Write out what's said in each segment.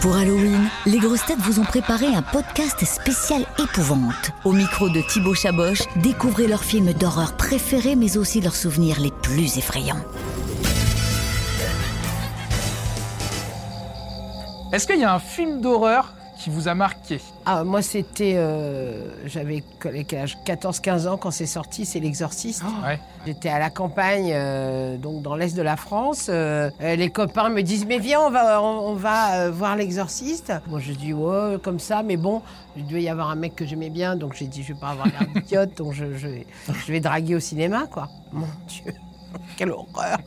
Pour Halloween, les grosses têtes vous ont préparé un podcast spécial épouvante. Au micro de Thibaut Chaboch, découvrez leurs films d'horreur préférés mais aussi leurs souvenirs les plus effrayants. Est-ce qu'il y a un film d'horreur qui vous a marqué Ah, moi, c'était. euh, J'avais quel âge 14-15 ans quand c'est sorti, c'est L'Exorciste. Ouais. J'étais à la campagne, euh, donc dans l'est de la France. euh, euh, les copains me disent Mais viens, on va, on, on va euh, voir l'exorciste. Moi, je dis Ouais, comme ça, mais bon, il devait y avoir un mec que j'aimais bien, donc j'ai dit Je vais pas avoir l'air d'idiote, donc je, je, vais- je vais draguer au cinéma, quoi. Mon Dieu, quelle horreur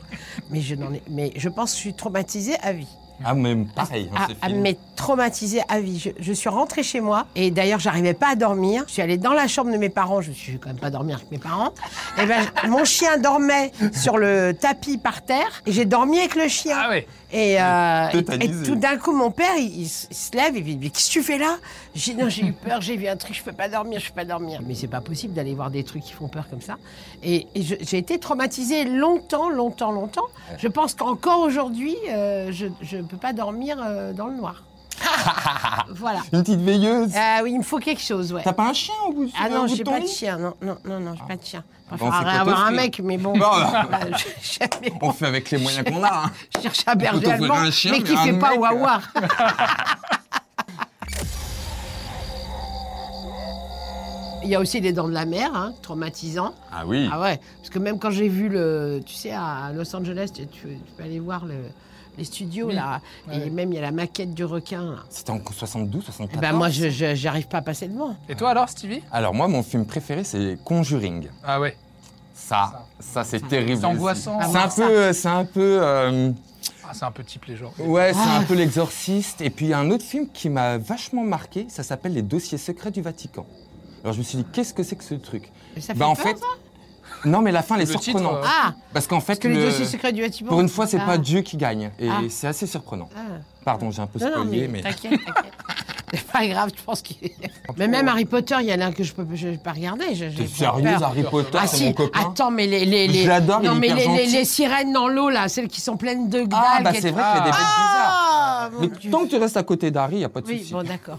Mais je, n'en ai, mais je pense que je suis traumatisée à vie. Ah, mais pareil, hein, Ah, ces ah, films. mais traumatisée à vie. Je, je suis rentrée chez moi et d'ailleurs, j'arrivais pas à dormir. Je suis allée dans la chambre de mes parents. Je me suis dit, je vais quand même pas dormir avec mes parents. Et ben, mon chien dormait sur le tapis par terre et j'ai dormi avec le chien. Ah ouais. Et, euh, et, et Tétanisé. tout d'un coup, mon père, il, il s- il se lève et il me dit Qu'est-ce que tu fais là J'ai dit, Non, j'ai eu peur, j'ai vu un truc, je peux pas dormir, je peux pas dormir. Mais c'est pas possible d'aller voir des trucs qui font peur comme ça. Et, et je- j'ai été traumatisée longtemps, longtemps, longtemps. Je pense qu'encore aujourd'hui, euh, je ne peux pas dormir euh, dans le noir. voilà. Une petite veilleuse. Euh, oui, il me faut quelque chose, ouais. T'as pas un chien au bout Ah au non, bout j'ai ton pas de lit chien, non, non, non, non, j'ai pas de chien. Il Bon, c'est pour avoir un t'offrir. mec, mais bon. Bon, bah. Bah, je- jamais On fait avec les moyens qu'on a. hein. je cherche un berger t'offrir allemand, un chien, mais mais qui un fait pas mec, wawa. Il y a aussi les dents de la mer, hein, traumatisant. Ah oui. Ah ouais, parce que même quand j'ai vu le, tu sais, à Los Angeles, tu, tu- tu peux aller voir le- les studios là, et même il y a la maquette du requin. Là. C'était en 72, 74. Eh ben moi, je je- j'arrive pas à passer devant. Et toi alors, Stevie Alors, moi, mon film préféré, c'est Conjuring. Ah ouais. Ça, ça, Ah. c'est terrible. C'est angoissant. C'est un peu. C'est un peu. euh, Ah, c'est un peu type les gens. Ouais, c'est Ah. un peu l'exorciste. Et puis il y a un autre film qui m'a vachement marqué, ça s'appelle Les dossiers secrets du Vatican. Alors je me suis dit, qu'est-ce que c'est que ce truc Mais ça fait Bah en peur, fait. ça Non, mais la fin, elle est Le titre, surprenante. euh, Ah, Parce qu'en parce fait, que les le- dossiers secrets du bâtiment. pour une fois, c'est Ah. pas Dieu qui gagne. Et Ah. c'est assez surprenant. Ah. Pardon, j'ai un peu Non, non, spoilé, mais. T'inquiète, t'inquiète. C'est pas grave, je pense qu'il. Mais même Harry Potter, il y en a un que je peux je, vais pas regarder. je- j'ai T'es pas sérieuse, peur. Harry Potter, Ah c'est si, mon copain attends, mais les. les, Je les... l'adore, il est Non, mais hyper les, les, gentil. les sirènes dans l'eau, là, celles qui sont pleines de Ah, galles. bah qui- c'est vrai qu'il y a des bêtes bizarres. Ah, mon Mais Dieu. tant que tu restes à côté d'Harry, y a pas de Oui, souci. bon, d'accord.